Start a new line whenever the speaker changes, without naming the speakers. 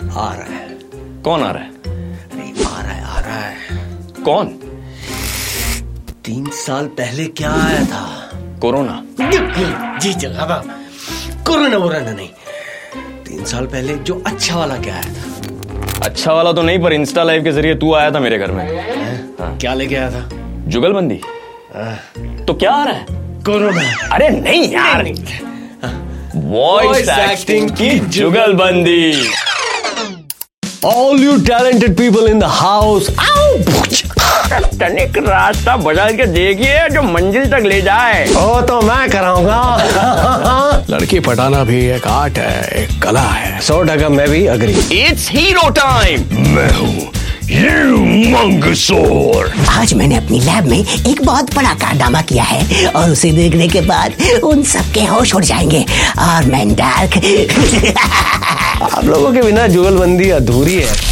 आ रहा है
कौन आ रहा है
अरे आ रहा है आ रहा है
कौन
तीन साल पहले क्या आया था
कोरोना
जी जगह बाबा कोरोना वोरोना नहीं तीन साल पहले जो अच्छा वाला क्या आया था
अच्छा वाला तो नहीं पर इंस्टा लाइव के जरिए तू आया था मेरे घर में
हैं? क्या लेके आया था
जुगलबंदी तो क्या आ रहा है
कोरोना
अरे नहीं यार वॉइस एक्टिंग की जुगलबंदी
all you talented people in the house
तनिक रास्ता बदल के देखिए जो मंजिल तक ले जाए
ओ तो मैं कराऊंगा
लड़की पटाना भी एक आर्ट है एक कला है
सौ टका मैं भी अग्री
इट्स हीरो टाइम
मैं हूँ ये मंगसोर
आज मैंने अपनी लैब में एक बहुत बड़ा कारनामा किया है और उसे देखने के बाद उन सबके होश उड़ जाएंगे और मैं डार्क
आप लोगों के बिना जुगलबंदी अधूरी है